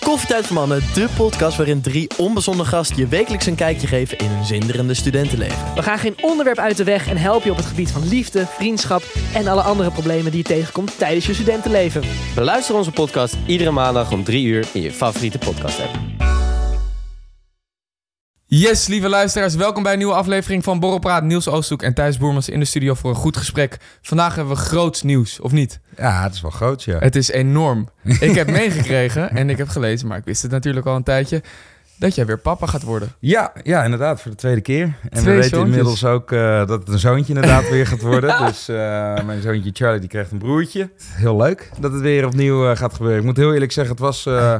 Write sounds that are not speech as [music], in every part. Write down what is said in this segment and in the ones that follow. Koffietijd voor Mannen, de podcast waarin drie onbezonnen gasten je wekelijks een kijkje geven in hun zinderende studentenleven. We gaan geen onderwerp uit de weg en helpen je op het gebied van liefde, vriendschap en alle andere problemen die je tegenkomt tijdens je studentenleven. Beluister onze podcast iedere maandag om 3 uur in je favoriete podcast app. Yes, lieve luisteraars, welkom bij een nieuwe aflevering van Borrelpraat. Niels Oosthoek en Thijs Boermans in de studio voor een goed gesprek. Vandaag hebben we groots nieuws, of niet? Ja, het is wel groot, ja. Het is [laughs] enorm. Ik heb meegekregen en ik heb gelezen, maar ik wist het natuurlijk al een tijdje, dat jij weer papa gaat worden. Ja, ja inderdaad, voor de tweede keer. En we Twee weten zoontjes. inmiddels ook eh, dat het een zoontje inderdaad [laughs] weer gaat worden. Dus eh, mijn zoontje Charlie, die krijgt een broertje. Heel leuk dat het weer opnieuw eh, gaat gebeuren. Ik moet heel eerlijk zeggen, het was eh,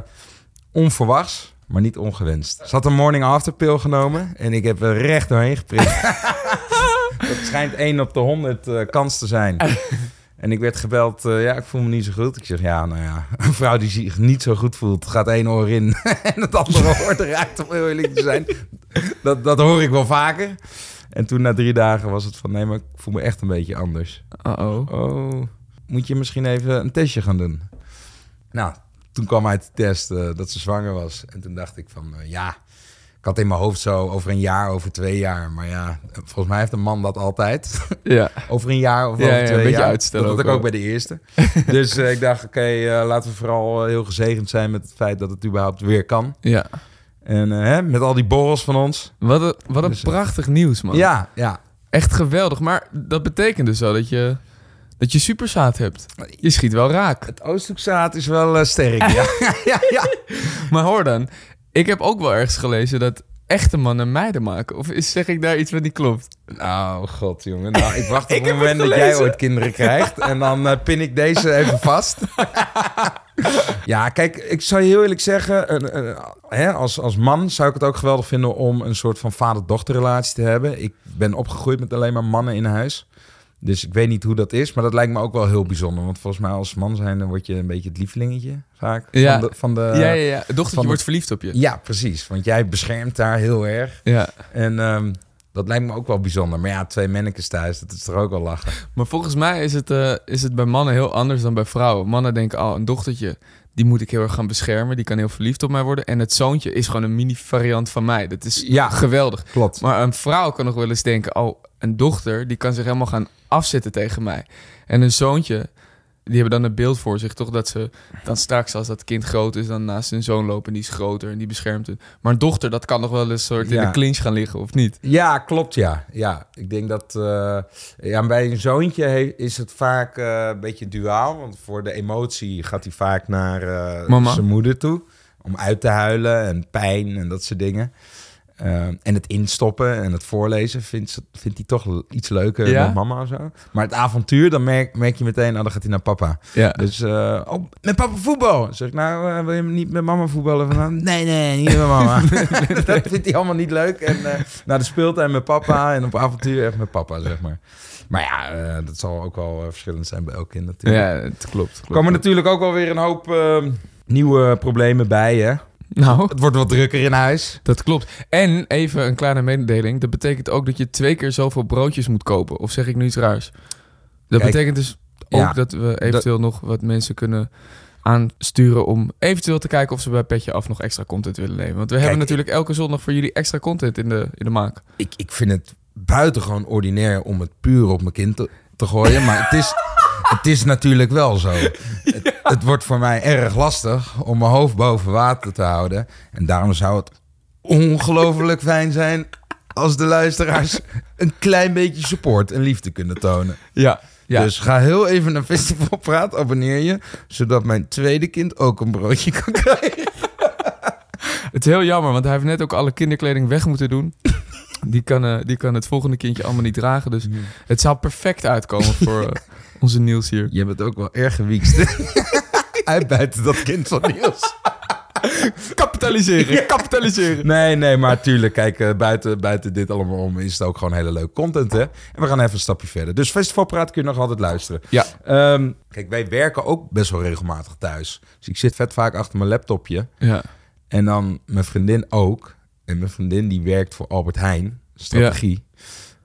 onverwachts, maar niet ongewenst. Ze had een morning after pill genomen en ik heb er recht doorheen [laughs] geprikt. dat schijnt 1 op de 100 eh, kans te zijn. En ik werd gebeld, eh, ja, ik voel me niet zo goed. Ik zeg, ja, nou ja, [laughs] een vrouw die zich niet zo goed voelt, gaat één oor in [laughs] en het andere oor eruit, om heel eerlijk te zijn. Dat, dat hoor ik wel vaker. En toen na drie dagen was het van, nee, maar ik voel me echt een beetje anders. Uh-oh. Oh, moet je misschien even een testje gaan doen? Nou, toen kwam uit de test eh, dat ze zwanger was. En toen dacht ik van, eh, ja, ik had in mijn hoofd zo over een jaar, over twee jaar. Maar ja, volgens mij heeft een man dat altijd Ja. over een jaar of Ja, over ja, twee een beetje jaar. uitstel dat had ook ik ook wel. bij de eerste. [laughs] dus eh, ik dacht, oké, eh, laten we vooral eh, heel gezegend zijn met het feit dat het überhaupt weer kan. Ja. En eh, hè, met al die borrels van ons. Wat een, wat een Dus, eh, prachtig nieuws, man. Ja, ja. Echt geweldig. Maar dat betekent dus wel dat je, dat je superzaad hebt. Je schiet wel raak. Het Oosthoekzaad is wel eh, [laughs] sterk. Ja. [laughs] ja, ja. Maar hoor dan, ik heb ook wel ergens gelezen dat echte mannen meiden maken. Of is- zeg ik daar iets wat niet klopt? Nou, god jongen. Nou, ik [laughs] wacht op Ik het heb moment het dat jij gelezen. ooit kinderen krijgt. En dan eh, pin ik deze even [laughs] vast. ja, kijk, ik zou je heel eerlijk zeggen... een- een- hè, als, als man zou ik het ook geweldig vinden om een soort van vader-dochterrelatie te hebben. Ik ben opgegroeid met alleen maar mannen in huis. Dus ik weet niet hoe dat is, maar dat lijkt me ook wel heel bijzonder. Want volgens mij als man zijn, dan word je een beetje het lievelingetje vaak. Ja. Van de, van de, ja, ja, ja. Het Dochtertje eh, van de- wordt verliefd op je. ja, precies. Want jij beschermt daar heel erg. Ja. En ehm, dat lijkt me ook wel bijzonder. Maar ja, twee mannekes thuis, dat is toch ook wel lachen. Maar volgens mij is het, eh, is het bij mannen heel anders dan bij vrouwen. Mannen denken, oh, een dochtertje, die moet ik heel erg gaan beschermen. Die kan heel verliefd op mij worden. En het zoontje is gewoon een mini-variant van mij. Dat is Ja. geweldig. Klopt. Maar een vrouw kan nog wel eens denken, oh, een dochter, die kan zich helemaal gaan afzetten tegen mij. En een zoontje, die hebben dan een beeld voor zich, toch? Dat ze dan straks, als dat kind groot is, dan naast hun zoon lopen. En die is groter en die beschermt hun. Maar een dochter, dat kan nog wel eens soort in Ja. de clinch gaan liggen, of niet? Ja, klopt, ja. ja ik denk dat eh, ja, bij een zoontje he- is het vaak eh, een beetje duaal. Want voor de emotie gaat hij vaak naar eh, Mama. zijn moeder toe. Om uit te huilen en pijn en dat soort dingen. Eh, en het instoppen en het voorlezen vindt, ze- vindt hij toch l- iets leuker Ja? met mama of zo. Maar het avontuur, dan merk, merk je meteen, nou, dan gaat hij naar papa. Ja. Dus, eh, oh, met papa voetbal. Dan Zeg ik, nou, eh, wil je niet met mama voetballen? Van, nou, [laughs] nee, nee, niet met [laughs] mama. dat vindt hij allemaal niet leuk. En eh naar de speeltuin met papa en op avontuur echt met papa, zeg maar. Maar ja, eh, dat zal ook wel eh, verschillend zijn bij elk kind natuurlijk. Ja, het klopt. klopt. Er komen natuurlijk ook wel weer een hoop eh, nieuwe problemen bij, hè. Nou... Het wordt wat drukker in huis. Dat klopt. En even een kleine mededeling. Dat betekent ook dat je twee keer zoveel broodjes moet kopen. Of zeg ik nu iets raars? Dat Kijk, betekent dus ook ja, dat we eventueel nog wat mensen kunnen aansturen om eventueel te kijken of ze bij Petje Af nog extra content willen nemen. Want we hebben ik- natuurlijk elke zondag voor jullie extra content in de, in de maak. Ik, ik vind het buitengewoon ordinair om het puur op mijn kind te, te gooien. Maar het is, het is natuurlijk wel zo. Het, het wordt voor mij erg lastig om mijn hoofd boven water te houden. En daarom zou het ongelooflijk fijn zijn als de luisteraars een klein beetje support en liefde kunnen tonen. Ja. ja. Dus ga heel even naar Festival Praat, abonneer je, zodat mijn tweede kind ook een broodje kan krijgen. Het is heel jammer, want hij heeft net ook alle kinderkleding weg moeten [laughs] doen. Die kan, eh, die kan het volgende kindje allemaal niet dragen. Dus het zou perfect uitkomen voor [laughs] eh, onze Niels hier. Je bent ook wel erg gewiekst. Uitbuiten dat kind van Niels. Kapitaliseren, kapitaliseren. Nee, nee, maar tuurlijk. Kijk, eh, buiten, buiten dit allemaal om is het ook gewoon hele leuke content, hè? En we gaan even een stapje verder. Dus Festivalpraat kun je nog altijd luisteren. Ja. Ehm, kijk, wij werken ook best wel regelmatig thuis. Dus ik zit vet vaak achter mijn laptopje. Ja. En dan mijn vriendin ook. En mijn vriendin die werkt voor Albert Heijn. Strategie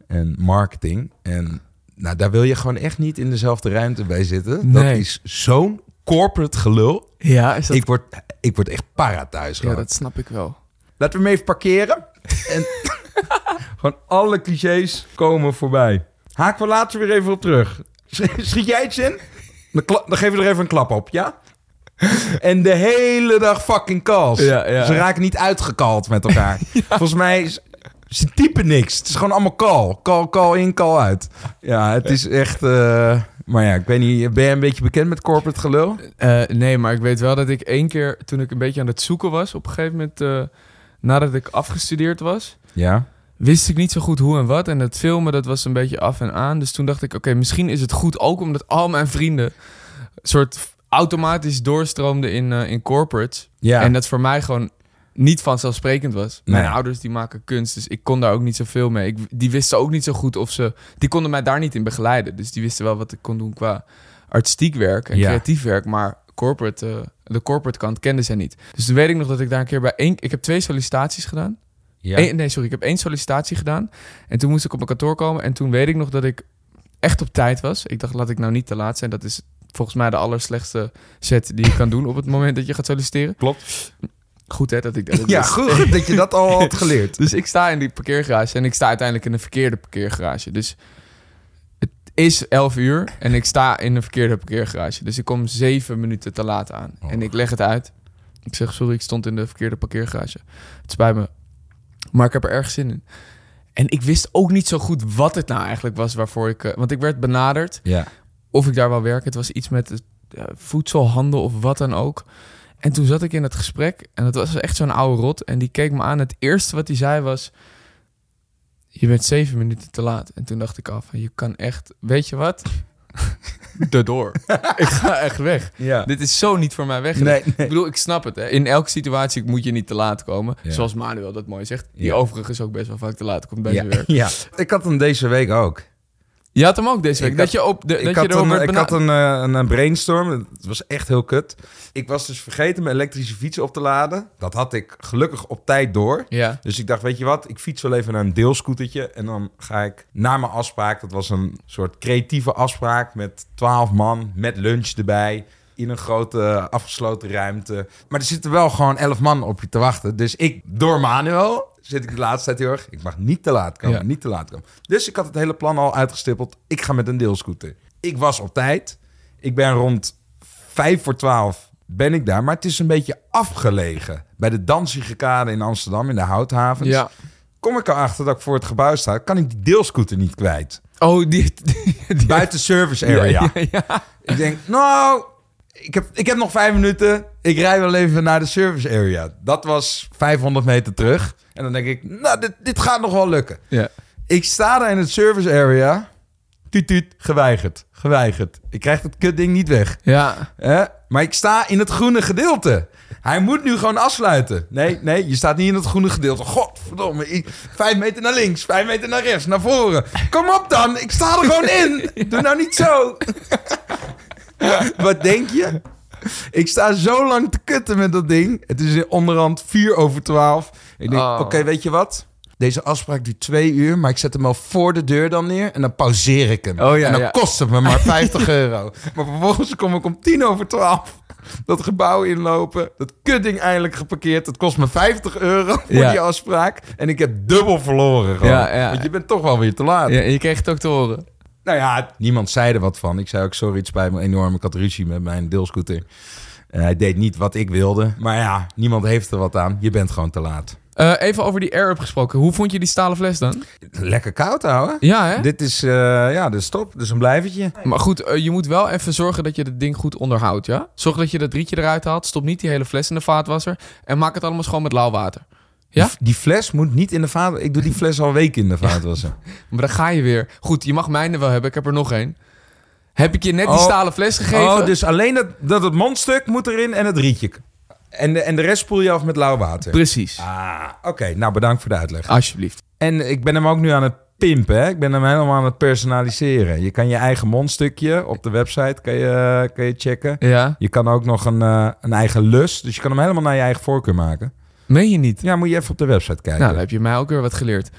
en marketing. En nou, daar wil je gewoon echt niet in dezelfde ruimte bij zitten. Dat Nee. is zo'n corporate gelul. Ja, is dat... Ik word, ik word echt para thuis. ja, gewoon. dat snap ik wel. Laten we hem even parkeren. En [laughs] gewoon alle clichés komen voorbij. Haak we later weer even op terug. Schiet jij iets in? Dan, kla- dan geven we er even een klap op, ja? En de hele dag fucking calls. Ja, ja. Ze raken niet uitgekald met [laughs] elkaar. Volgens mij, is- ze typen niks. Het is gewoon allemaal call. Call, call in, call uit. Ja, het is echt... eh, Maar ja, ik weet niet, ben jij een beetje bekend met corporate gelul? Eh, nee, maar ik weet wel dat ik één keer, toen ik een beetje aan het zoeken was, op een gegeven moment, eh, nadat ik afgestudeerd was, Ja. wist ik niet zo goed hoe en wat. En het filmen, dat was een beetje af en aan. Dus toen dacht ik, oké, misschien is het goed ook omdat al mijn vrienden soort automatisch doorstroomden in, eh, in corporates. Ja. Nou En dat voor mij gewoon niet vanzelfsprekend was. Nee. Mijn ouders die maken kunst, dus ik kon daar ook niet zoveel mee. Ik, die wisten ook niet zo goed of ze... Die konden mij daar niet in begeleiden. Dus die wisten wel wat ik kon doen qua artistiek werk en Ja. creatief werk. Maar corporate, eh, de corporate kant kenden zij niet. Dus toen weet ik nog dat ik daar een keer bij... één- ik heb twee sollicitaties gedaan. ja. Eén- nee, sorry. Ik heb één sollicitatie gedaan. En toen moest ik op mijn kantoor komen. En toen weet ik nog dat ik echt op tijd was. Ik dacht, laat ik nou niet te laat zijn. Dat is volgens mij de allerslechtste set die je kan doen op het moment dat je gaat solliciteren. Klopt. Goed hè, dat ik dat ook ja, wist. goed [laughs] goed dat je dat al had geleerd. Dus ik sta in die parkeergarage en ik sta uiteindelijk in een verkeerde parkeergarage. Dus het is 11 uur en ik sta in een verkeerde parkeergarage. Dus ik kom zeven minuten te laat aan. En ik leg het uit. Ik zeg, sorry, ik stond in de verkeerde parkeergarage. Het spijt me. Maar ik heb er erg zin in. En ik wist ook niet zo goed wat het nou eigenlijk was waarvoor ik... eh, want ik werd benaderd Ja. of ik daar wel werk. Het was iets met eh, voedselhandel of wat dan ook. En toen zat ik in het gesprek en dat was echt zo'n oude rot. En die keek me aan. Het eerste wat hij zei was... Je bent zeven minuten te laat. En toen dacht ik af, je kan echt... Weet je [laughs] wat? De door. [laughs] ik ga echt weg. Ja. Dit is zo niet voor mij weg. [laughs] Nee, Ik bedoel, ik snap het. Hè. In elke situatie moet je niet te laat komen. Ja. Zoals Manuel dat mooi zegt. Die Ja. overigens ook best wel vaak te laat komt bij ja. zijn werk. Ja. Ik had hem deze week ook. Je had hem ook deze week. Ik dat had- je, op de, dat ik je had, erover een, werd ik benaderd. had een, eh, een, een brainstorm. Het was echt heel kut. Ik was dus vergeten mijn elektrische fiets op te laden. Dat had ik gelukkig op tijd door. Ja. Dus ik dacht, weet je wat? Ik fiets wel even naar een deelscootertje. En dan ga ik naar mijn afspraak. Dat was een soort creatieve afspraak met 12 man. Met lunch erbij. In een grote eh, afgesloten ruimte. Maar er zitten wel gewoon 11 man op je te wachten. Dus ik, door Manuel, zit ik de laatste tijd heel erg. Ik mag niet te laat komen. Ja. Niet te laat komen. Dus ik had het hele plan al uitgestippeld. Ik ga met een deelscooter. Ik was op tijd. Ik ben rond 5 voor 12 ben ik daar. Maar het is een beetje afgelegen. Bij de Danzigekade in Amsterdam, in de Houthavens. Ja. Kom ik erachter dat ik voor het gebouw sta, kan ik die deelscooter niet kwijt. Oh, [laughs] die, Buiten service area. Ik denk, nou, ik heb, ik heb nog vijf minuten. Ik rij wel even naar de service area. Dat was 500 meter terug. En dan denk ik, nou, dit, dit gaat nog wel lukken. Ja. Ik sta daar in het service area. Tuut, tuut, geweigerd. Geweigerd. Ik krijg dat kutding niet weg. Ja. Hè? Maar ik sta in het groene gedeelte. Hij moet nu gewoon afsluiten. Nee, nee, je staat niet in het groene gedeelte. Godverdomme. I- Vijf meter naar links, vijf meter naar rechts, naar voren. Kom op dan, ik sta er gewoon in. Doe nou niet zo. [laughs] Wat denk je? Ik sta zo lang te kutten met dat ding. Het is onderhand 4 over 12. Ik denk, Oh. oké, weet je wat? Deze afspraak duurt twee uur, maar ik zet hem al voor de deur dan neer. En dan pauzeer ik hem. Oh ja, en dan ja. kost het me maar [laughs] 50 euro. Maar vervolgens kom ik om 10 over 12 dat gebouw inlopen. Dat kutding eindelijk geparkeerd. Het kost me 50 euro [laughs] voor Ja. die afspraak. En ik heb dubbel verloren gewoon. Ja, ja. Want je bent toch wel weer te laat. ja. Je kreeg het ook te horen. Nou ja, niemand zei er wat van. Ik zei ook, sorry, het spijt me enorm. Ik had ruzie met mijn deelscooter. En hij deed niet wat ik wilde. Maar ja, niemand heeft er wat aan. Je bent gewoon te laat. Eh, even over die air-up gesproken. Hoe vond je die stalen fles dan? Lekker koud houden. Ja, hè? Dit is, eh, ja, dus top. Dus een blijvertje. Maar goed, eh, je moet wel even zorgen dat je het ding goed onderhoudt, ja? Zorg dat je dat rietje eruit haalt. Stop niet die hele fles in de vaatwasser. En maak het allemaal schoon met lauw water. Ja? Die, die fles moet niet in de vaat... Ik doe die fles al weken in de vaatwasser. Maar dan ga je weer. Goed, je mag mijne wel hebben. Ik heb er nog één. Heb ik je net die Oh. stalen fles gegeven? Oh, dus alleen dat, dat het mondstuk moet erin en het rietje. En de, en de rest spoel je af met lauw water. Precies. Ah, oké. Nou, bedankt voor de uitleg. Alsjeblieft. En ik ben hem ook nu aan het pimpen. Hè? Ik ben hem helemaal aan het personaliseren. Je kan je eigen mondstukje op de website kan je, kan je checken. Ja. eh, Je kan ook nog een, eh, een eigen lus. Dus je kan hem helemaal naar je eigen voorkeur maken. Meen je niet? Ja, moet je even op de website kijken. Nou, dan heb je mij ook weer wat geleerd.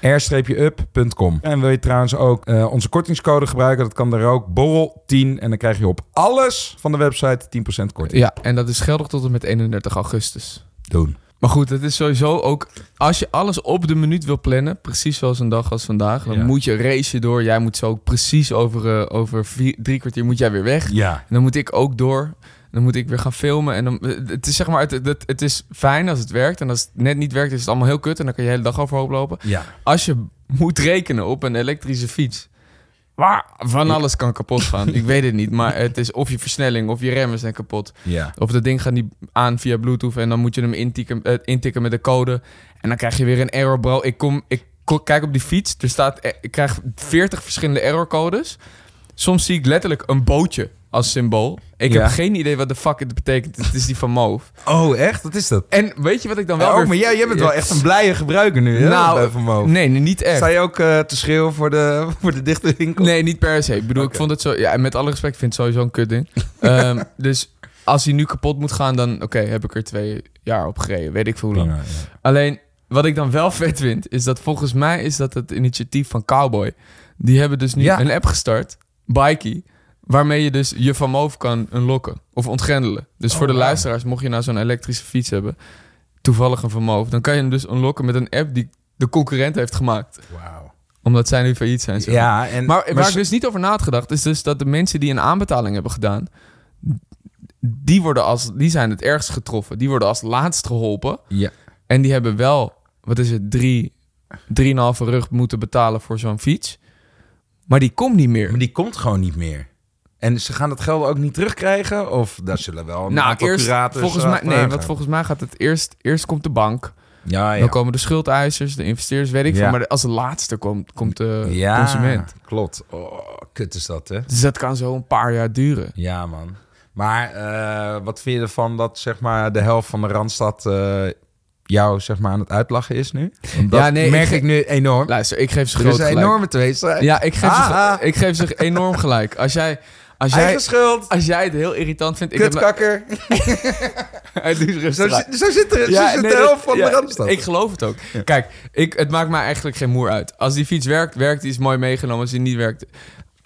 r-up.com. En wil je trouwens ook eh, onze kortingscode gebruiken, dat kan daar ook, borrel10. En dan krijg je op alles van de website 10% korting. Ja, en dat is geldig tot en met 31 augustus. Doen. Maar goed, het is sowieso ook... Als je alles op de minuut wil plannen, precies zoals een dag als vandaag... dan Ja. moet je racen door. Jij moet zo ook precies over, eh, over vier- drie kwartier moet jij weer weg. Ja. En dan moet ik ook door. Dan moet ik weer gaan filmen. En dan, eh, het is zeg maar, het, het, het is fijn als het werkt. En als het net niet werkt, is het allemaal heel kut. En dan kan je de hele dag overhoop lopen. Ja. Als je moet rekenen op een elektrische fiets. Waar van alles kan kapot gaan. ik weet het niet. Maar het is of je versnelling of je remmen zijn kapot. Ja. Of dat ding gaat niet aan via Bluetooth. En dan moet je hem intikken, eh, intikken met de code. En dan krijg je weer een error, bro. Ik kom, ik ko- kijk op die fiets. Er staat, eh, ik krijg 40 verschillende errorcodes. Soms zie ik letterlijk een bootje als symbool. Ik Ja. heb geen idee wat de fuck het betekent. Het is die van Moof. Oh, echt? Wat is dat? En weet je wat ik dan wel oh, weer- maar jij, jij bent wel echt een blije gebruiker nu, hè? Nou, bij Vermogen. Nee, nee, niet echt. Sta je ook eh, te schreeuwen voor de, [laughs] voor de dichte winkel? Nee, niet per se. Ik bedoel, Oké. ik vond het zo... Ja, en met alle respect, ik vind het sowieso een kut [laughs] ding. Ehm, dus als hij nu kapot moet gaan, dan... Oké, heb ik er twee jaar op gereden. Weet ik veel hoe lang. Ja, ja. Alleen, wat ik dan wel [laughs] vet vind, is dat volgens mij is dat het initiatief van Cowboy. Die hebben dus nu Ja. een app gestart, Bikey, waarmee je dus je van moof kan unlocken of ontgrendelen. Dus Oh, voor de wauw. luisteraars, mocht je nou zo'n elektrische fiets hebben, toevallig een van moof, dan kan je hem dus unlocken met een app die de concurrent heeft gemaakt. Wauw. Omdat zij nu failliet zijn. zeg maar. Ja, en... Maar waar maar ik dus niet over na had gedacht, is dus dat de mensen die een aanbetaling hebben gedaan, die, worden als, die zijn het ergst getroffen. Die worden als laatst geholpen. Ja. En die hebben wel, wat is het, drie, drieënhalve rug moeten betalen voor zo'n fiets. Maar die komt niet meer. Maar die komt gewoon niet meer. En ze gaan dat geld ook niet terugkrijgen? Of daar zullen wel een nou, aantal eerst, curators volgens eh, mij, nee, vragen. want volgens mij gaat het eerst, eerst komt de bank. Ah, Ja, ja. Dan komen de schuldeisers, de investeerders, weet ik Ja. veel. Maar als laatste komt, komt de ja, eh, consument. klopt. Oh, kut is dat, hè? Dus dat kan zo een paar jaar duren. Ja, man. Maar eh, wat vind je ervan dat zeg maar, de helft van de Randstad eh, jou zeg maar, aan het uitlachen is nu? Want Dat Ja, nee, merk ik ik, ge- nu enorm. Luister, ik geef ze Er is groot een gelijk. enorme tweestrijd. Ja, ik geef, Ah, ze, ik geef ze enorm gelijk. Als jij, als jij, Eigen schuld, als jij het heel irritant vindt... Ik heb [laughs] me- kutkakker. Hey, doe eens Zo, rustig aan. zit- zo zit er zo zit nee, de dat- helft van ja, de Randstad. Ik geloof het ook. Kijk, ik, het maakt mij eigenlijk geen moer uit. Als die fiets werkt, werkt die is mooi meegenomen. Als die niet werkt,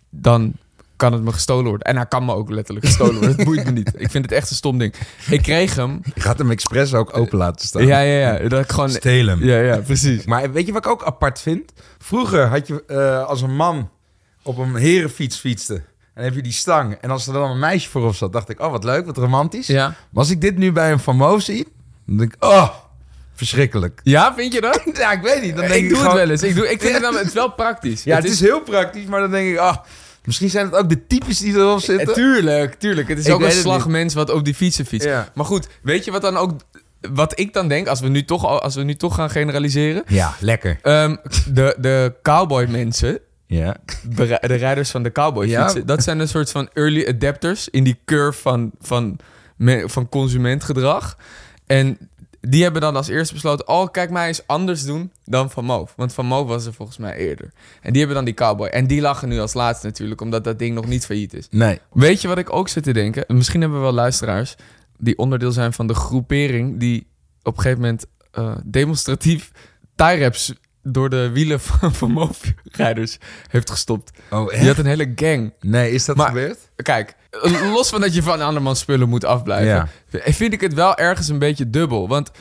dan kan het me gestolen worden. En hij kan me ook letterlijk gestolen worden. Dat boeit me niet. Ik vind het echt een stom ding. Ik kreeg [laughs] hem. Je gaat hem expres ook open laten staan. Ja, ja, ja. Dat ik gewoon... Steel hem. Ja, ja, precies. Maar weet je wat ik ook apart vind? Vroeger had je eh, als een man op een herenfiets fietste. En dan heb je die stang. En als er dan een meisje voorop zat, dacht ik, oh wat leuk, wat romantisch. Ja. Maar als ik dit nu bij een famoos zie, dan denk ik, oh, verschrikkelijk. [laughs] Ja, vind je dat? ja, ik weet niet. Dan denk ik doe gewoon- het wel eens. Ik, doe, ik vind het, namelijk- het is wel praktisch. Ja, het is heel praktisch, maar dan denk ik, ah, misschien zijn het ook de types die erop Eh, zitten. Tuurlijk, tuurlijk. Het is Ik ook een weet het slag mens wat op die fietsen fietst. Ja. Maar goed, weet je wat dan ook... Wat ik dan denk, als we nu toch, al- als we nu toch gaan generaliseren... Ja, lekker. Ehm, de, de cowboy mensen, Ja. de ri- de rijders van de cowboy Ja. fietsen, dat zijn een soort van early adapters in die curve van, van, me- van consumentgedrag. En die hebben dan als eerste besloten, oh kijk mij eens anders doen dan Van Moof. Want Van Moof was er volgens mij eerder. En die hebben dan die cowboy. En die lachen nu als laatste natuurlijk, omdat dat ding nog niet failliet is. Nee. Weet je wat ik ook zit te denken? Misschien hebben we wel luisteraars die onderdeel zijn van de groepering die op een gegeven moment eh, demonstratief tie-raps door de wielen van, [laughs] van motorrijders heeft gestopt. Oh, Je had een hele gang. Nee, is dat Maar- gebeurd? Kijk, eh, los van dat je van andermans spullen moet afblijven, eh, vind ik het wel ergens een beetje dubbel. Want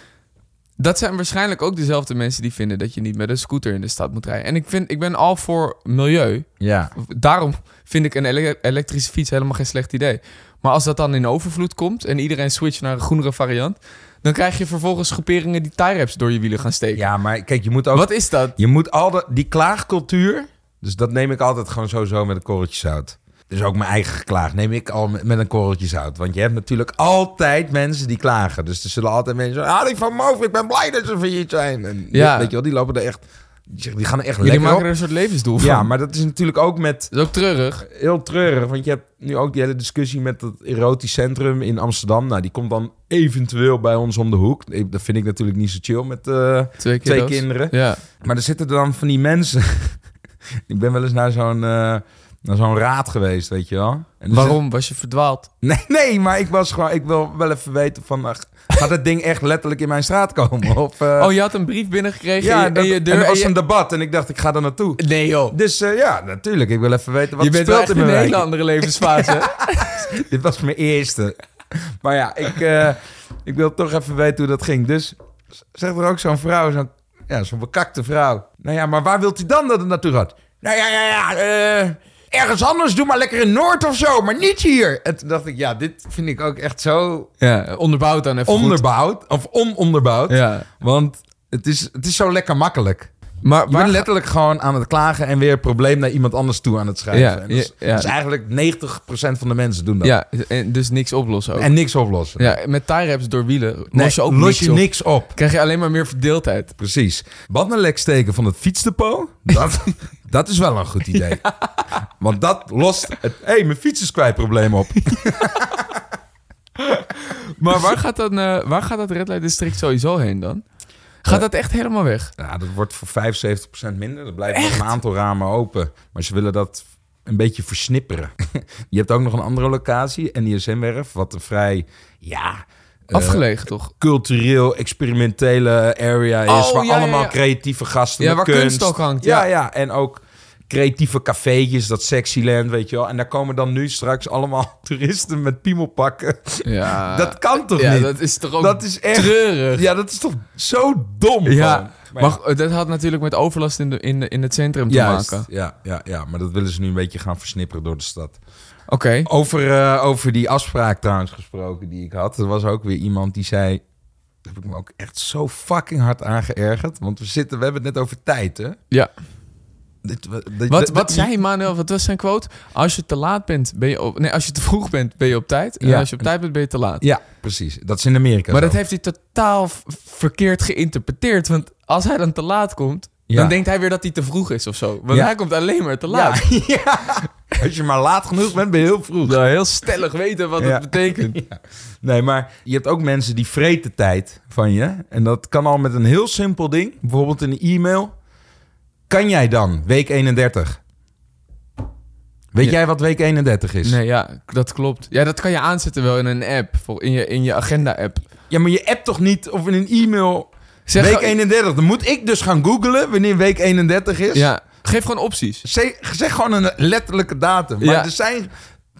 dat zijn waarschijnlijk ook dezelfde mensen die vinden dat je niet met een scooter in de stad moet rijden. En ik, vind, ik ben al voor milieu. Ja. Daarom vind ik een ele- elektrische fiets helemaal geen slecht idee. Maar als dat dan in overvloed komt en iedereen switcht naar een groenere variant, dan krijg je vervolgens groeperingen die tie-raps door je wielen gaan steken. Ja, maar kijk, je moet ook Wat is dat? Je moet al de- die klaagcultuur. Dus dat neem ik altijd gewoon sowieso met een korreltje zout. Dus ook mijn eigen klaag neem ik al met met een korreltje zout. Want je hebt natuurlijk altijd mensen die klagen. Dus er zullen altijd mensen zeggen... Ah, die van Moof, ik ben blij dat ze failliet zijn. En Ja. ja. Weet je wel, die lopen er echt... Die gaan er echt Jullie lekker maken op. er een soort levensdoel van. Ja, maar dat is natuurlijk ook met... Dat is ook treurig. Heel treurig, want je hebt nu ook die hele discussie met dat erotisch centrum in Amsterdam. Nou, die komt dan eventueel bij ons om de hoek. Ik- Dat vind ik natuurlijk niet zo chill met eh, Twee, keer twee dat. kinderen. Dus Ja. [laughs] Maar er zitten dan van die mensen. ik ben wel eens naar zo'n eh, naar zo'n raad geweest, weet je wel. En dus- Waarom? Was je verdwaald? [laughs] Nee, nee, maar ik was gewoon, ik wil wel even weten van, ach, gaat dat ding echt letterlijk in mijn straat komen? Of, eh, Oh, je had een brief binnengekregen ja, en, je- en je deur... er en was je- een debat en ik dacht, ik ga daar naartoe. Nee joh, Dus eh, ja, natuurlijk, ik wil even weten wat je er bent wel echt speelt in in een mijn wijk. hele andere [laughs] levensfase. Dit was mijn eerste. Maar ja, ik, eh, ik wil toch even weten hoe dat ging. Dus z- zegt er ook zo'n vrouw, zo'n ja, zo'n bekakte vrouw. Nou ja, maar waar wilt u dan dat het naartoe gaat? Nou ja, ja, ja, eh, ergens anders. Doe maar lekker in Noord of zo, maar niet hier. En toen dacht ik, ja, dit vind ik ook echt zo Ja, onderbouwd dan even goed. onderbouwd. Of ononderbouwd. Ja. Want het is, het is zo lekker makkelijk. Maar Je waar bent letterlijk gewoon aan het klagen en weer het probleem naar iemand anders toe aan het schrijven. Ja, en dat, is, ja, ja. dat is eigenlijk 90% van de mensen doen dat. Ja, en dus niks oplossen ook. En niks oplossen. ja, met tie raps door wielen Nee, los je ook los niks je op. niks op. Krijg je alleen maar meer verdeeldheid. Precies. Bandenlek steken van het fietsdepot, [laughs] dat, dat is wel een goed idee. Want dat lost het... Hé, hey, mijn fiets is kwijt probleem [laughs] op. Maar Dus- waar gaat, dan, eh, waar gaat dat Red Light District sowieso heen dan? Eh, Gaat dat echt helemaal weg? Ja, dat wordt voor 75% minder. Er blijven nog een aantal ramen open. Maar ze willen dat een beetje versnipperen. [laughs] Je hebt ook nog een andere locatie, NISM-werf, wat een vrij, ja... eh, Afgelegen toch? cultureel, experimentele area is. Oh, waar ja, ja, allemaal ja. creatieve gasten Ja, met waar kunst ook hangt, Ja, ja. ja, En ook creatieve cafeetjes, dat sexyland, weet je wel. En daar komen dan nu straks allemaal [laughs] toeristen met piemelpakken. Ja, dat kan toch Ah. ja niet? dat is toch ook Dat is echt... treurig? Ja, dat is toch zo dom? gewoon. Ja, Maar maar eh, dat had natuurlijk met overlast in, de, in, de- in het centrum te Juist, maken. ja, ja, ja, maar dat willen ze nu een beetje gaan versnipperen door de stad. Oké. Over, eh, over die afspraak trouwens gesproken die ik had. Er was ook weer iemand die zei... Daar heb ik me ook echt zo fucking hard aan geërgerd. Want we, zitten, we hebben het net over tijd, hè? Ja. Dit- we- dit- Wat, dit- wat zei Manuel? Wat was zijn quote? Als je te laat bent, ben je op... Nee, als je te vroeg bent, ben je op tijd. En Ja. als je op tijd bent, ben je te laat. Ja, precies. Dat is in Amerika Maar zo. dat heeft hij totaal v- verkeerd geïnterpreteerd. Want als hij dan te laat komt, Ja. dan denkt hij weer dat hij te vroeg is of zo. Want Ja. hij komt alleen maar te laat. Ja, [laughs] ja. Als je maar laat genoeg bent, ben je heel vroeg. Nou, heel stellig weten wat [laughs] Ja. het betekent. Nee, maar je hebt ook mensen die vreten tijd van je. En dat kan al met een heel simpel ding. Bijvoorbeeld in een e-mail. Kan jij dan week 31? Weet Ja. jij wat week 31 [laughs] is? Nee, ja, dat klopt. Ja, dat kan je aanzetten wel in een app. vol- In je, in je agenda-app. Ja, maar je appt toch niet of in een e-mail Zeg week gewoon- 31? Dan moet ik dus gaan googlen wanneer week 31 is. Ja, geef gewoon opties. Zeg, zeg gewoon een letterlijke datum. Maar Ja. er zijn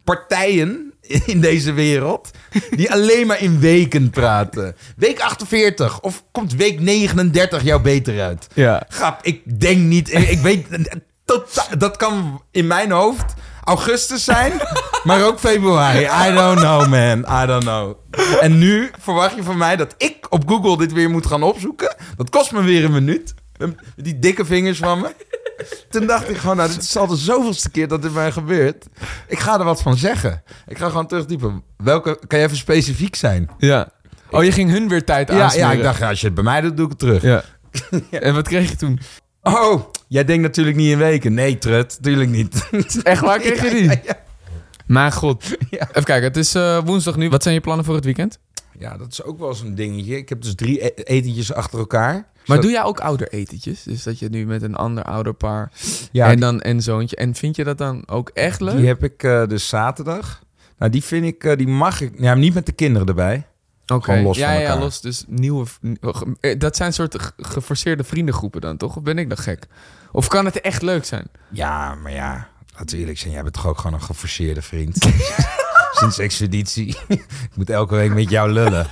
partijen in deze wereld die alleen maar in weken praten. Week 48 of komt week 39 jou beter uit? Ja. Grap, ik denk niet. Ik weet. tota- Dat kan in mijn hoofd augustus [laughs] zijn, maar ook februari. I don't know, man. I don't know. En nu verwacht je van mij dat ik op Google dit weer moet gaan opzoeken. Dat kost me weer een minuut. Met Die dikke vingers van me. Toen dacht ik gewoon, nou, dit is al de zoveelste keer dat dit mij gebeurt. Ik ga er wat van zeggen. Ik ga gewoon terugdiepen. Welke, kan je even specifiek zijn? Ja. Oh, je ging hun weer tijd Ja, ja, aansmeren. ik dacht, ja, als je het bij mij doet, doe ik het terug. Ja. [laughs] En wat kreeg je toen? [laughs] Oh, jij denkt natuurlijk niet in weken. Nee, Trut, natuurlijk niet. Echt waar kreeg je die? Ja, ja. Mijn god. Ja. Even kijken, het is eh, woensdag nu. Wat zijn je plannen voor het weekend? Ja, dat is ook wel eens een dingetje. Ik heb dus drie e- etentjes achter elkaar. Maar Zo- doe jij ook ouderetentjes? Dus dat je nu met een ander ouderpaar ja, en dan en zoontje. En vind je dat dan ook echt die, leuk? die heb ik eh, dus zaterdag. Nou, die vind ik, eh, die mag ik. Ja, niet met de kinderen erbij. Oké. gewoon los ja, van ja, elkaar. los. Dus nieuwe. v- n- ge- eh, Dat zijn soort ge- geforceerde vriendengroepen dan, toch? Of ben ik dan gek? Of kan het echt leuk zijn? Ja, maar ja, laten we eerlijk zijn. Jij bent toch ook gewoon een geforceerde vriend. Sinds expeditie. ik moet elke week met jou lullen.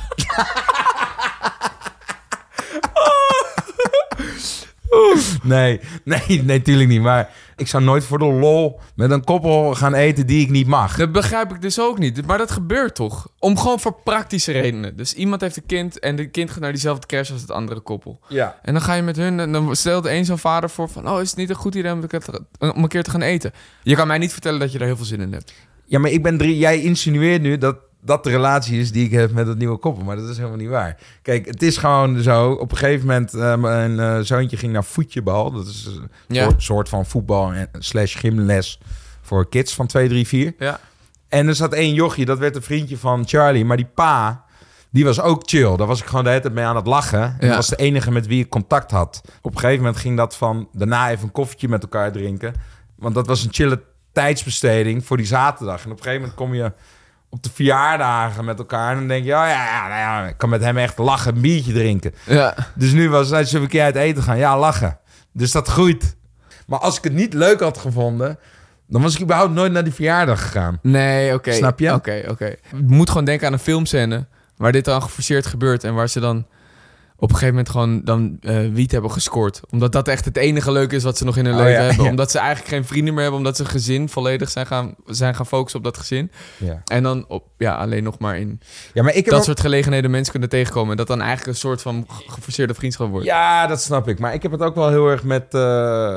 Nee, nee, nee, tuurlijk niet. Maar ik zou nooit voor de lol met een koppel gaan eten die ik niet mag. Dat begrijp ik dus ook niet. Maar dat gebeurt toch? Om gewoon voor praktische redenen. Dus iemand heeft een kind en het kind gaat naar diezelfde crash als het andere koppel. Ja. En dan ga je met hun, en dan stelt één zo'n vader voor van... oh, is het niet een goed idee om een keer te- om een keer te gaan eten? Je kan mij niet vertellen dat je daar heel veel zin in hebt. ja, maar ik ben drie. Jij insinueert nu dat dat de relatie is die ik heb met dat nieuwe koppel. Maar dat is helemaal niet waar. Kijk, het is gewoon zo. Op een gegeven moment, eh, mijn eh, zoontje ging naar voetjebal. Dat is een Ja. soort, soort van voetbal en slash gymles voor kids van 2, 3, 4. Ja. En er zat één jochie, dat werd een vriendje van Charlie. Maar die pa, die was ook chill. Daar was ik gewoon de hele tijd mee aan het lachen. En Ja. dat was de enige met wie ik contact had. Op een gegeven moment ging dat van daarna even een koffietje met elkaar drinken. Want dat was een chille tijdsbesteding voor die zaterdag. En op een gegeven moment kom je op de verjaardagen met elkaar. En dan denk je, oh ja, ja, nou ja, ik kan met hem echt lachen, een biertje drinken. Ja. Dus nu was het, zullen we een keer uit eten gaan? Ja, lachen. Dus dat groeit. Maar als ik het niet leuk had gevonden, dan was ik überhaupt nooit naar die verjaardag gegaan. Nee, oké. Snap je? Oké, oké. Je moet gewoon denken aan een filmscène waar dit dan geforceerd gebeurt en waar ze dan op een gegeven moment gewoon dan eh, wiet hebben gescoord. Omdat dat echt het enige leuke is wat ze nog in hun Oh, leven ja, hebben. ja. Omdat ze eigenlijk geen vrienden meer hebben, omdat ze gezin volledig zijn gaan, zijn gaan focussen op dat gezin. Ja, En dan op, ja, alleen nog maar in ja maar ik heb dat ook- soort gelegenheden mensen kunnen tegenkomen. En dat dan eigenlijk een soort van ge- geforceerde vriendschap wordt. Ja, dat snap ik. Maar ik heb het ook wel heel erg met, eh,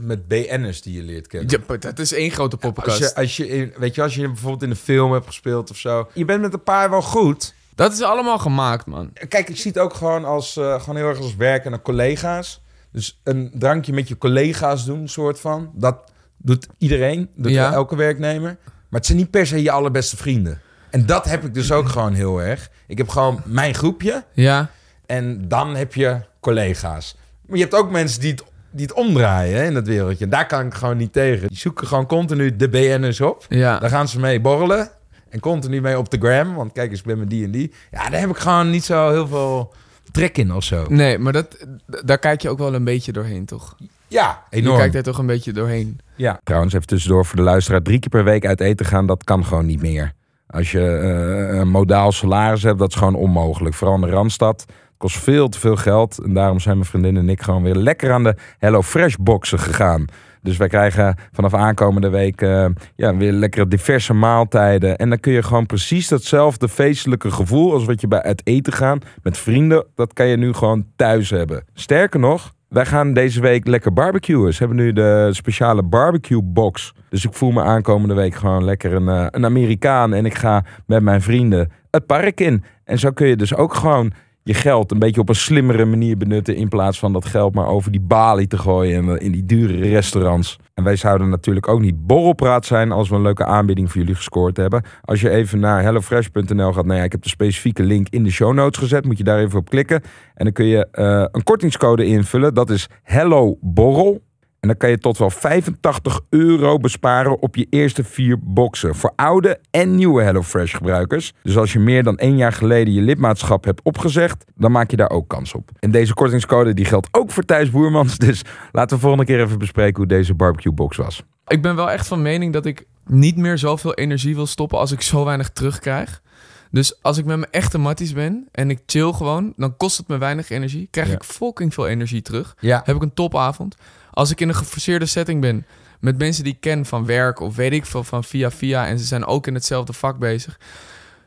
met BN'ers die je leert kennen. Ja, maar dat is één grote Als poppenkast. je, als je in, weet je, als je bijvoorbeeld in een film hebt gespeeld of zo. Je bent met een paar wel goed. Dat is allemaal gemaakt, man. Kijk, ik zie het ook gewoon, als, eh, gewoon heel erg als werken aan collega's. Dus een drankje met je collega's doen, soort van. Dat doet iedereen, doet Ja. elke werknemer. Maar het zijn niet per se je allerbeste vrienden. En dat heb ik dus ook gewoon heel erg. Ik heb gewoon mijn groepje. Ja. En dan heb je collega's. Maar je hebt ook mensen die het, die het omdraaien hè, in dat wereldje. En daar kan ik gewoon niet tegen. Die zoeken gewoon continu de BN'ers op. Ja. Daar gaan ze mee borrelen. En continu mee op de gram. Want kijk eens, ik ben met die en die. Ja, daar heb ik gewoon niet zo heel veel trek in of zo. Nee, maar dat, d- daar kijk je ook wel een beetje doorheen, toch? Ja, Je enorm. kijkt er toch een beetje doorheen. Ja. Trouwens, even tussendoor voor de luisteraar. Drie keer per week uit eten gaan, dat kan gewoon niet meer. Als je eh, een modaal salaris hebt, dat is gewoon onmogelijk. Vooral in de Randstad. Het kost veel te veel geld. En daarom zijn mijn vriendin en ik gewoon weer lekker aan de HelloFresh boxen gegaan. Dus wij krijgen vanaf aankomende week eh, ja, weer lekkere diverse maaltijden. En dan kun je gewoon precies datzelfde feestelijke gevoel als wat je bij uit eten gaan met vrienden. Dat kan je nu gewoon thuis hebben. Sterker nog, wij gaan deze week lekker barbecuen. Ze hebben nu de speciale barbecue box. Dus ik voel me aankomende week gewoon lekker een, eh, een Amerikaan. En ik ga met mijn vrienden het park in. En zo kun je dus ook gewoon je geld een beetje op een slimmere manier benutten. In plaats van dat geld maar over die balie te gooien. En eh, in die dure restaurants. En wij zouden natuurlijk ook niet borrelpraat zijn als we een leuke aanbieding voor jullie gescoord hebben. Als je even naar hellofresh.nl gaat. Nou ja, ik heb de specifieke link in de show notes gezet. Moet je daar even op klikken. En dan kun je eh, een kortingscode invullen. Dat is Hello Borrel. En dan kan je tot wel 85 euro besparen op je eerste vier boxen. Voor oude en nieuwe HelloFresh gebruikers. Dus als je meer dan één jaar geleden je lidmaatschap hebt opgezegd, dan maak je daar ook kans op. En deze kortingscode die geldt ook voor Thijs Boermans. [laughs] Dus laten we volgende keer even bespreken hoe deze barbecue box was. Ik ben wel echt van mening dat ik niet meer zoveel energie wil stoppen als ik zo weinig terugkrijg. Dus als ik met mijn echte matties ben en ik chill gewoon, dan kost het me weinig energie. Krijg Ja. ik fucking veel energie terug. Ja. Heb ik een topavond. Als ik in een geforceerde setting ben met mensen die ik ken van werk of weet ik veel van via via en ze zijn ook in hetzelfde vak bezig.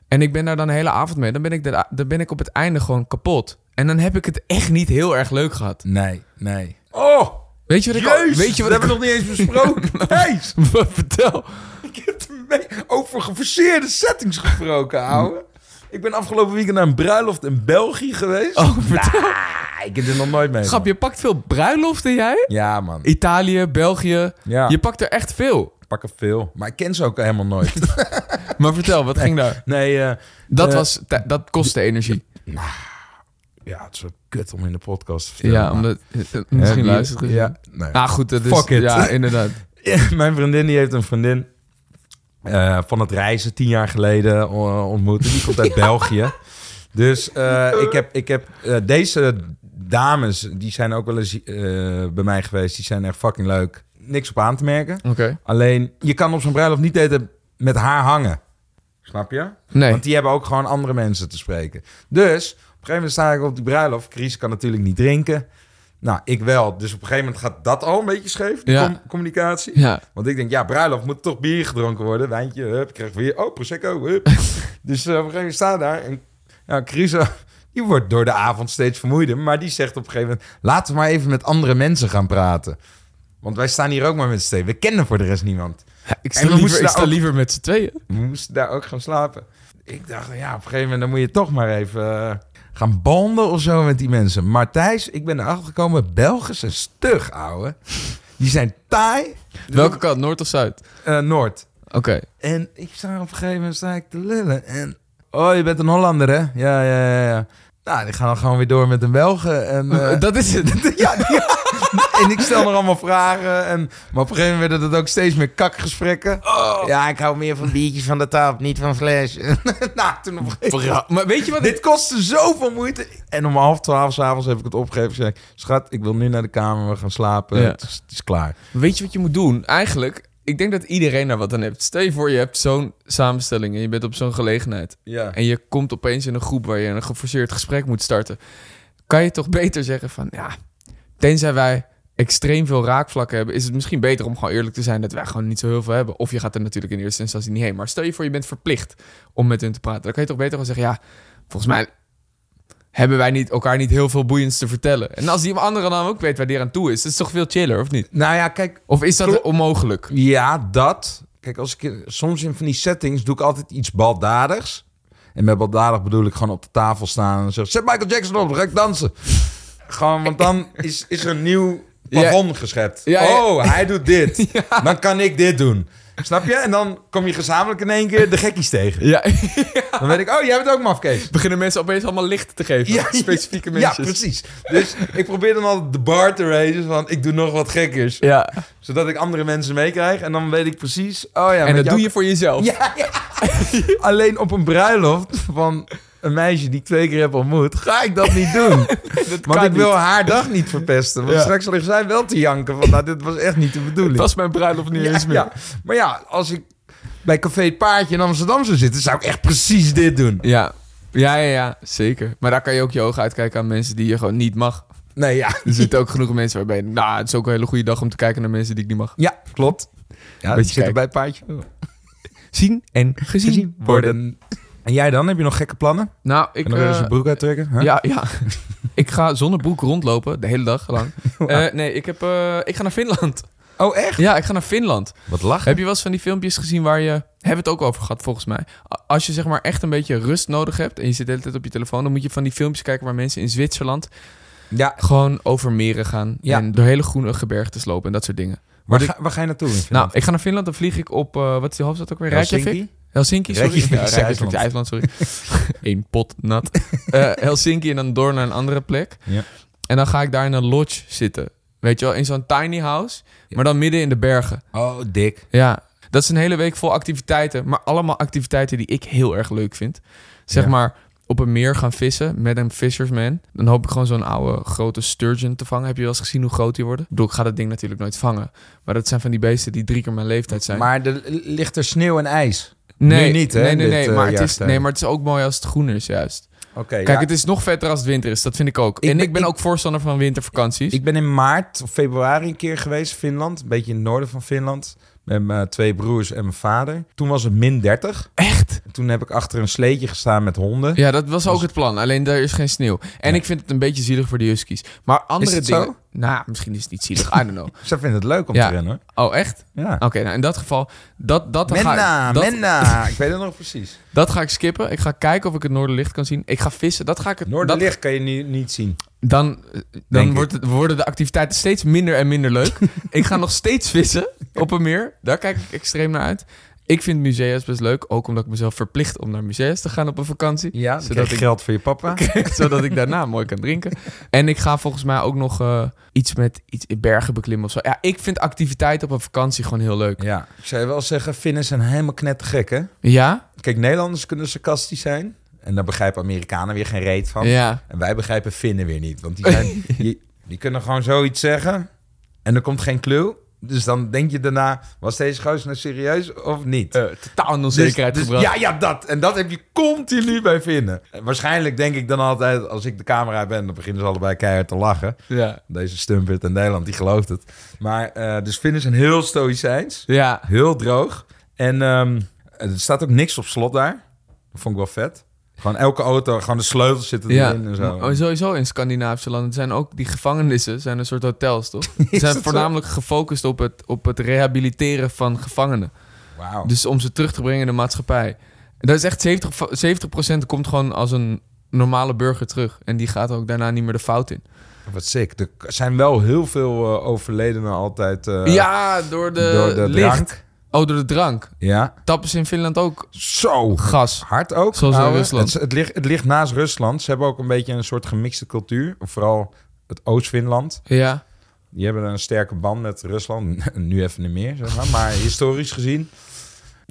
En ik ben daar dan de hele avond mee. Dan ben ik, de- dan ben ik op het einde gewoon kapot. En dan heb ik het echt niet heel erg leuk gehad. Nee, nee. Oh, Weet je wat ik al- jezus, weet je wat dat ik hebben we nog niet eens besproken. [laughs] Thijs, [laughs] vertel? ik heb er mee over geforceerde settings gesproken, ouwe. Ik ben afgelopen weekend naar een bruiloft in België geweest. Oh, vertel. Ah, ik heb dit nog nooit mee. Grap, je pakt veel bruiloften jij? Ja, man. Italië, België. Ja. Je pakt er echt veel. pak er veel. Maar ik ken ze ook helemaal nooit. [laughs] Maar vertel, wat ging daar? nee, eh, [laughs] Dat, Eh, was, tij- dat kostte energie. ja, het is wel kut om in de podcast te Ja, vertellen. maar- omdat... eh, eh, Hè, misschien die- luistert het. Ja, nee. Nou goed, dat is... Fuck it. Ja, inderdaad. [laughs] Mijn vriendin die heeft een vriendin eh, van het reizen tien jaar geleden o- ontmoet. Die komt uit België. Dus eh, ik heb, ik heb eh, deze dames, die zijn ook wel eens eh, bij mij geweest. Die zijn echt fucking leuk. Niks op aan te merken. [laughs] Oké. Alleen, je kan op zo'n bruiloft niet eten met haar hangen. Snap je? Nee. Want die hebben ook gewoon andere mensen te spreken. Dus op een gegeven moment sta ik op die bruiloft. Chris kan natuurlijk niet drinken. Nou, ik wel. Dus op een gegeven moment gaat dat al een beetje scheef, de Ja. com- communicatie. Ja. Want ik denk, ja, bruiloft moet toch bier gedronken worden. Wijntje, hup, ik krijg weer, oh, Prosecco, hup. dus eh, op een gegeven moment sta ik daar en ja, Chris, eh, die wordt door de avond steeds vermoeider. Maar die zegt op een gegeven moment, laten we maar even met andere mensen gaan praten. Want wij staan hier ook maar met z'n tweeën. We kennen voor de rest niemand. Ik En sta, we liever, moesten ik daar sta ook- liever met z'n tweeën. We moesten daar ook gaan slapen. Ik dacht, ja, op een gegeven moment dan moet je toch maar even eh, gaan banden of zo met die mensen. Maar Thijs, ik ben erachter gekomen, Belgen zijn stug, ouwe. Die zijn taai. Welke kant? Noord of Zuid? Eh, Noord. Oké. En ik sta op een gegeven moment sta ik te lullen. En, oh, je bent een Hollander, hè? Ja, [laughs] [laughs] ja, ja. ja. Nou, die gaan dan gewoon weer door met een Belgen. En, eh, Dat is het. [laughs] ja, ja, en ik stel nog allemaal vragen. En, maar op een gegeven moment werden het ook steeds meer kakgesprekken. Ja, ik hou meer van biertjes van de tap, niet van fles. [laughs] nou, toen op een gegeven moment... Maar weet je wat? Dit kostte zoveel moeite. En om half twaalf s'avonds heb ik het opgegeven. Zeg, schat, ik wil nu naar de kamer, we gaan slapen. Ja. Het, is, het is klaar. Weet je wat je moet doen? Eigenlijk, ik denk dat iedereen daar wat aan heeft. Stel je voor, je hebt zo'n samenstelling en je bent op zo'n gelegenheid. Ja. En je komt opeens in een groep waar je een geforceerd gesprek moet starten. Kan je toch beter zeggen van, ja, tenzij wij extreem veel raakvlakken hebben, is het misschien beter om gewoon eerlijk te zijn dat wij gewoon niet zo heel veel hebben. Of je gaat er natuurlijk in eerste instantie niet heen. Maar stel je voor, je bent verplicht om met hun te praten. Dan kan je toch beter gewoon zeggen, ja, volgens mij hebben wij niet, elkaar niet heel veel boeiends te vertellen. En als die andere dan ook weet waar die aan toe is, dat is toch veel chiller, of niet? Nou ja, kijk, Of is dat Klopt. onmogelijk? Ja, dat. Kijk, als ik soms in van die settings doe ik altijd iets baldadigs. En met baldadig bedoel ik gewoon op de tafel staan en zeggen: zet Michael Jackson op, dan ga ik dansen. gewoon, want dan is, is er een [laughs] nieuw plafond geschept. Ja, ja. Oh, hij doet dit. [laughs] Dan kan ik dit doen. Snap je? En dan kom je gezamenlijk in één keer de gekkies tegen. Ja, Dan weet ik, oh, jij bent ook [laughs] mafkees. beginnen mensen opeens allemaal licht te geven. Ja, specifieke Ja, mensen. precies. Dus ik probeer dan altijd de bar te raisen van, ik doe nog wat gekkers. Ja. Zodat ik andere mensen meekrijg. En dan weet ik precies, oh ja, en met dat jou doe je voor jezelf. Ja, ja. [laughs] Alleen op een bruiloft van een meisje die ik twee keer heb ontmoet, ga ik dat niet [laughs] doen. Want kan ik wil haar dag niet verpesten. Want Ja. straks ligt zij wel te janken van, nou, dit was echt niet de bedoeling. Dat is mijn bruiloft niet Ja, eens meer. ja. Maar ja, als ik bij Café Het Paardje in Amsterdam zou zitten, zou ik echt precies dit doen. Ja. Ja, ja, ja, zeker. Maar daar kan je ook je ogen uitkijken aan mensen die je gewoon niet mag. Nee, ja. Er zitten ook genoeg mensen waarbij je, nou, het is ook een hele goede dag om te kijken naar mensen die ik niet mag. Ja, klopt. Ja, Beetje die zitten kijken. bij het paardje. [laughs] Zien en gezien, En jij dan? Heb je nog gekke plannen? Nou, ik... en dan weer eh, zijn broek uittrekken? Huh? Ja, ja. [laughs] ik ga zonder broek rondlopen, de hele dag [laughs] lang. Eh, nee, ik, heb, eh, ik ga naar Finland. Oh, echt? Ja, ik ga naar [laughs] Finland. Wat lachen. Heb je wel eens van die filmpjes gezien waar je... Hebben we het ook over gehad, volgens mij. A- Als je zeg maar echt een beetje rust nodig hebt... en je zit de hele tijd op je telefoon... dan moet je van die filmpjes kijken waar mensen in Zwitserland... Ja, gewoon over meren gaan... Ja. en door hele groene gebergtes lopen en dat soort dingen. waar, ik- ga, waar ga je naartoe? in Finland? Nou, ik ga naar Finland, dan vlieg ik op... eh, wat is die hoofdstad ook weer? Reykjavik? Helsinki, Helsinki? sorry. Reykjavik Ja, is Reykjavik is IJsland, sorry. [laughs] Eén pot nat. [laughs] Eh, Helsinki en dan door naar een andere plek. Ja. En dan ga ik daar in een lodge zitten. Weet je wel, in zo'n tiny house... maar dan midden in de bergen. Oh, dik. Ja, dat is een hele week vol activiteiten. Maar allemaal activiteiten die ik heel erg leuk vind. Zeg Ja. maar op een meer gaan vissen met een fishersman. Dan hoop ik gewoon zo'n oude grote sturgeon te vangen. Heb je wel eens gezien hoe groot die worden? Ik bedoel, ik ga dat ding natuurlijk nooit vangen. Maar dat zijn van die beesten die drie keer mijn leeftijd zijn. Maar er ligt er sneeuw en ijs. nee, nu niet, hè, Nee, nee, dit, nee, eh, maar het is, jaargetijde. nee, maar het is ook mooi als het groen is juist. Oké. Kijk, het is nog vetter als het winter is. Dat vind ik ook. Ik en ben- ik ben ik- ook voorstander van wintervakanties. Ik ben in maart of februari een keer geweest, Finland. Een beetje in het noorden van Finland. Met mijn twee broers en mijn vader. Toen was het min 30. Echt? En toen heb ik achter een sleetje gestaan met honden. Ja, dat was ook het plan. Alleen daar is geen sneeuw. En Ja. ik vind het een beetje zielig voor de Huskies. Maar andere het dingen. zo? Nou, misschien is het niet zielig. I don't [laughs] know. Ze vinden het leuk om Ja. te rennen hoor. Oh, echt? Ja. Oké, nou in dat geval. Dat, dat, ga, Menna, ik- dat, [laughs] Menna. Ik weet het nog precies. [laughs] dat ga ik skippen. Ik ga kijken of ik het Noorderlicht kan zien. Ik ga vissen. Dat ga ik het Noorderlicht kan je nu niet zien. dat- Dan, Denk dan ik. wordt het, worden de activiteiten steeds minder en minder [laughs] leuk. ik ga nog steeds vissen op een meer. Daar kijk ik extreem naar uit. Ik vind musea's best leuk. Ook omdat ik mezelf verplicht om naar musea's te gaan op een vakantie. Ja, dan zodat krijg je ik geld voor je papa. [laughs] zodat ik daarna mooi kan drinken. En ik ga volgens mij ook nog eh, iets met iets in bergen beklimmen of zo. Ja, ik vind activiteiten op een vakantie gewoon heel leuk. Ja. Ik zou je wel zeggen, Finnen zijn helemaal knettergek hè. Ja? Kijk, Nederlanders kunnen sarcastisch zijn. En daar begrijpen Amerikanen weer geen reet van. Ja. En wij begrijpen Finnen weer niet. Want [laughs] die, zijn, die, die kunnen gewoon zoiets zeggen. En er komt geen clue. Dus dan denk je daarna, was deze gozer nou serieus of niet? Eh, totaal in Dus- onzekerheid dus, gebracht. Ja, ja, dat. En dat heb je continu bij Finnen. En waarschijnlijk denk ik dan altijd, als ik de camera ben... dan beginnen ze allebei keihard te lachen. ja. Deze Stumpert en Nederland, die gelooft het. Maar eh, dus Finnen zijn heel stoïcijns. Ja. Heel droog. En ehm, er staat ook niks op slot daar. Dat vond ik wel vet. Gewoon elke auto, gewoon de sleutels zitten Ja, Oh, erin en zo. Maar sowieso in Scandinavische landen zijn ook die gevangenissen zijn een soort hotels, [laughs] toch? Ze dat zijn zo? voornamelijk gefocust op het, op het rehabiliteren van gevangenen. Wauw. Dus om ze terug te brengen in de maatschappij. En dat is echt 70, va- 70% komt gewoon als een normale burger terug. En die gaat ook daarna niet meer de fout in. Wat sick. Er zijn wel heel veel eh, overledenen altijd eh, ja, door de, door de licht. drank. Oh, door de drank. Ja. Tappen ze in Finland ook Zo gas. hard ook. Zoals in ouwe. Rusland. Het, het, ligt, het ligt naast Rusland. Ze hebben ook een beetje een soort gemixte cultuur. Vooral het Oost-Finland. Ja. Die hebben een sterke band met Rusland. [laughs] nu even niet meer, zeg maar. Maar historisch gezien,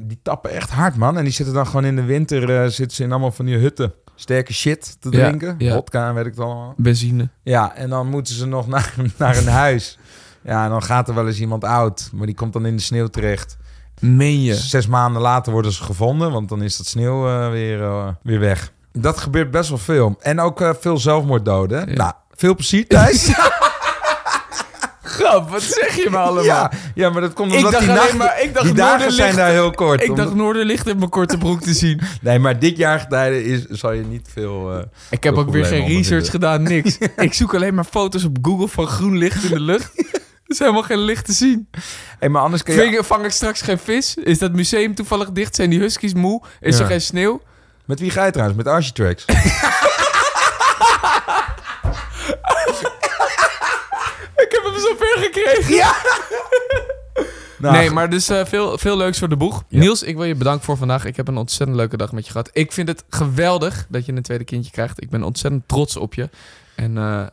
die tappen echt hard, man. En die zitten dan gewoon in de winter eh, zitten ze in allemaal van die hutten. Sterke shit te Ja, drinken. ja. Vodka en weet ik het allemaal. Benzine. Ja, en dan moeten ze nog [laughs] naar, naar een huis. Ja, en dan gaat er wel eens iemand oud. Maar die komt dan in de sneeuw terecht. Meen je? Zes maanden later worden ze gevonden, want dan is dat sneeuw eh, weer, eh, weer weg. Dat gebeurt best wel veel. En ook eh, veel zelfmoorddoden. hè? Ja. Nou, veel plezier [laughs] thuis. Grap, wat zeg je me allemaal? ja, ja, maar dat komt Ik omdat dacht die, alleen nachten, maar... Ik dacht die dagen zijn Noorderlicht- daar heel kort. Ik dacht Omdat- Noorderlicht in mijn korte broek te [laughs] zien. Nee, maar dit jaar getijden is, zal je niet veel... eh, Ik heb Veel ook weer geen problemen research ondervinden. gedaan, niks. [laughs] Ik zoek alleen maar foto's op Google van groen licht in de lucht. Er is helemaal geen licht te zien. Hey, maar anders kun je... Ving- vang ik straks geen vis? Is dat museum toevallig dicht? Zijn die huskies moe? Is Ja. er geen sneeuw? Met wie ga je trouwens? Met Architrax? Ik heb hem zo ver gekregen. [laughs] Nou, nee, maar dus eh, veel, veel leuks voor de boeg. Niels, ik wil je bedanken voor vandaag. Ik heb een ontzettend leuke dag met je gehad. Ik vind het geweldig dat je een tweede kindje krijgt. Ik ben ontzettend trots op je. En eh,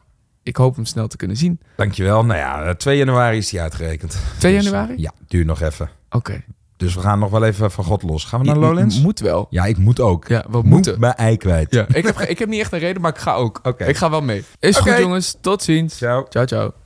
ik hoop hem snel te kunnen zien. Dankjewel. Nou ja, eh, 2 januari is die uitgerekend. 2 Dus, januari? ja, duurt nog even. Oké. Dus we gaan nog wel even van God los. Gaan we naar Je- Lowlands? Moet wel. Ja, ik moet ook. Ja, we moeten. Moet mijn ei kwijt. Ja, ik heb, ge- ik heb niet echt een reden, maar ik ga ook. Oké. Ik ga wel mee. Is Oké. goed, jongens. Tot ziens. Ciao. Ciao, ciao.